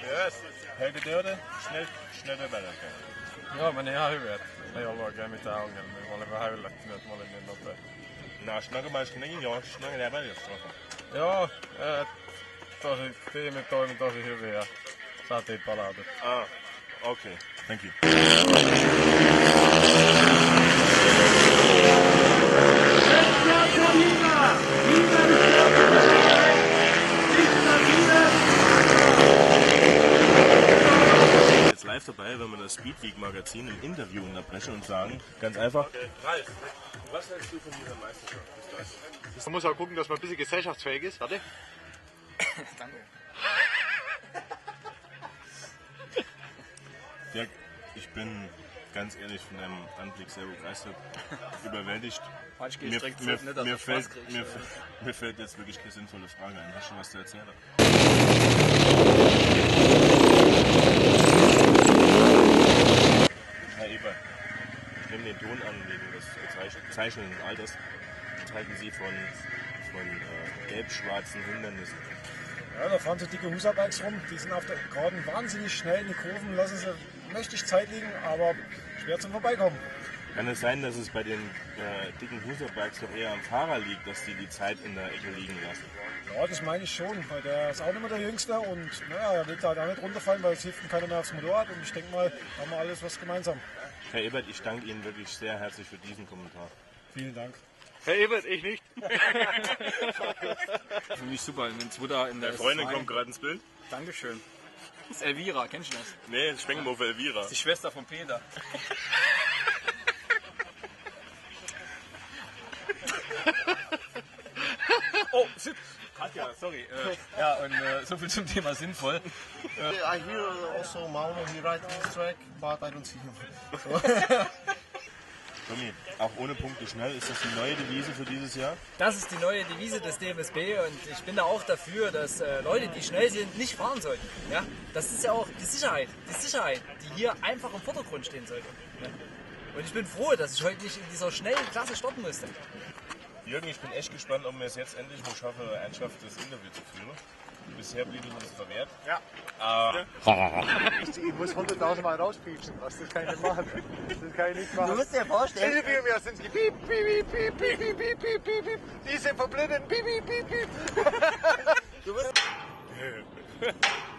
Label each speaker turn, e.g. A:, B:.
A: Yes. Högre döden, snö, snödödare.
B: Joo, meni ihan hyvin, että ei ollut oikein mitään ongelmia. Mä olin vähän yllättynyt, että mä olin niin nopea.
A: No, snöga manskinen, joo, snöga lever just tuossa.
B: Joo, et, tosi, tiimi toimi tosi hyvin ja saatiin palautetta.
A: Ah, okay. Thank you. Jetzt live dabei, wenn wir das Speedgeek Magazin im Interview unterbrechen und sagen, ganz einfach. Ralf, was hältst du von dieser Meisterschaft?
C: Man muss auch gucken, dass man ein bisschen gesellschaftsfähig ist. Warte.
A: Dirk, ich bin ganz ehrlich von deinem Anblick sehr begeistert, überwältigt.
D: Hatschke
A: Mir,
D: streckt
A: mir,
D: sich nicht, dass
A: mir,
D: du Spaß
A: fällt,
D: kriegst.
A: mir, mir fällt jetzt wirklich keine sinnvolle Frage ein. Hast du was zu erzählen? Herr Ebert, ich nehme den Ton an wegen des Zeichen- zeichnenden Alters. Was Halten Sie von, von äh, gelb-schwarzen Hindernissen?
E: Ja, da fahren so dicke Husabikes rum, die sind auf der Geraden wahnsinnig schnell in die Kurven, lassen sie mächtig Zeit liegen, aber schwer zum Vorbeikommen.
A: Kann es sein, dass es bei den äh, dicken Husabergs doch eher am Fahrer liegt, dass die die Zeit in der Ecke liegen lassen?
E: Ja, das meine ich schon, weil der ist auch nicht mehr der Jüngste und naja, er will da halt auch nicht runterfallen, weil es hilft ihm keiner mehr aufs Motorrad und ich denke mal, da haben wir alles was gemeinsam.
A: Herr Ebert, ich danke Ihnen wirklich sehr herzlich für diesen Kommentar.
E: Vielen Dank.
C: Herr Ebert, ich nicht.
D: Für mich super, wenn Zwoda in der S2.
A: gerade ins Bild.
D: Dankeschön. Das ist Elvira, kennst du das? Das
A: Nee, jetzt schwenken wir auf Elvira.
D: ist die Schwester von Peter. oh, shit. Katja, sorry. Äh, ja, und äh, so viel zum Thema sinnvoll.
F: I hear also Mauno, he writes this track, but I don't see him.
A: Tommy, auch ohne Punkte schnell, ist das die neue Devise für dieses Jahr?
G: Das ist die neue Devise des DFSB und ich bin da auch dafür, dass äh, Leute, die schnell sind, nicht fahren sollten. Ja? Das ist ja auch die Sicherheit, die Sicherheit, die hier einfach im Vordergrund stehen sollte. Ja? Und ich bin froh, dass ich heute nicht in dieser schnellen Klasse starten musste.
A: Jürgen, ich bin echt gespannt, ob wir es jetzt endlich mal schaffen, ernsthaft das Interview zu führen. Bisher blieb es uns verwehrt.
C: Ich muss 100.000 Mal rauspiepsen. Was? Das kann ich nicht machen. Das kann ich nicht machen.
G: dir vorstellen,
C: Interview mir sind sie. Piep, piep, piep, piep, piep, piep, piep, piep, piep, piep. Diese verblöden. Piep, piep, piep, piep.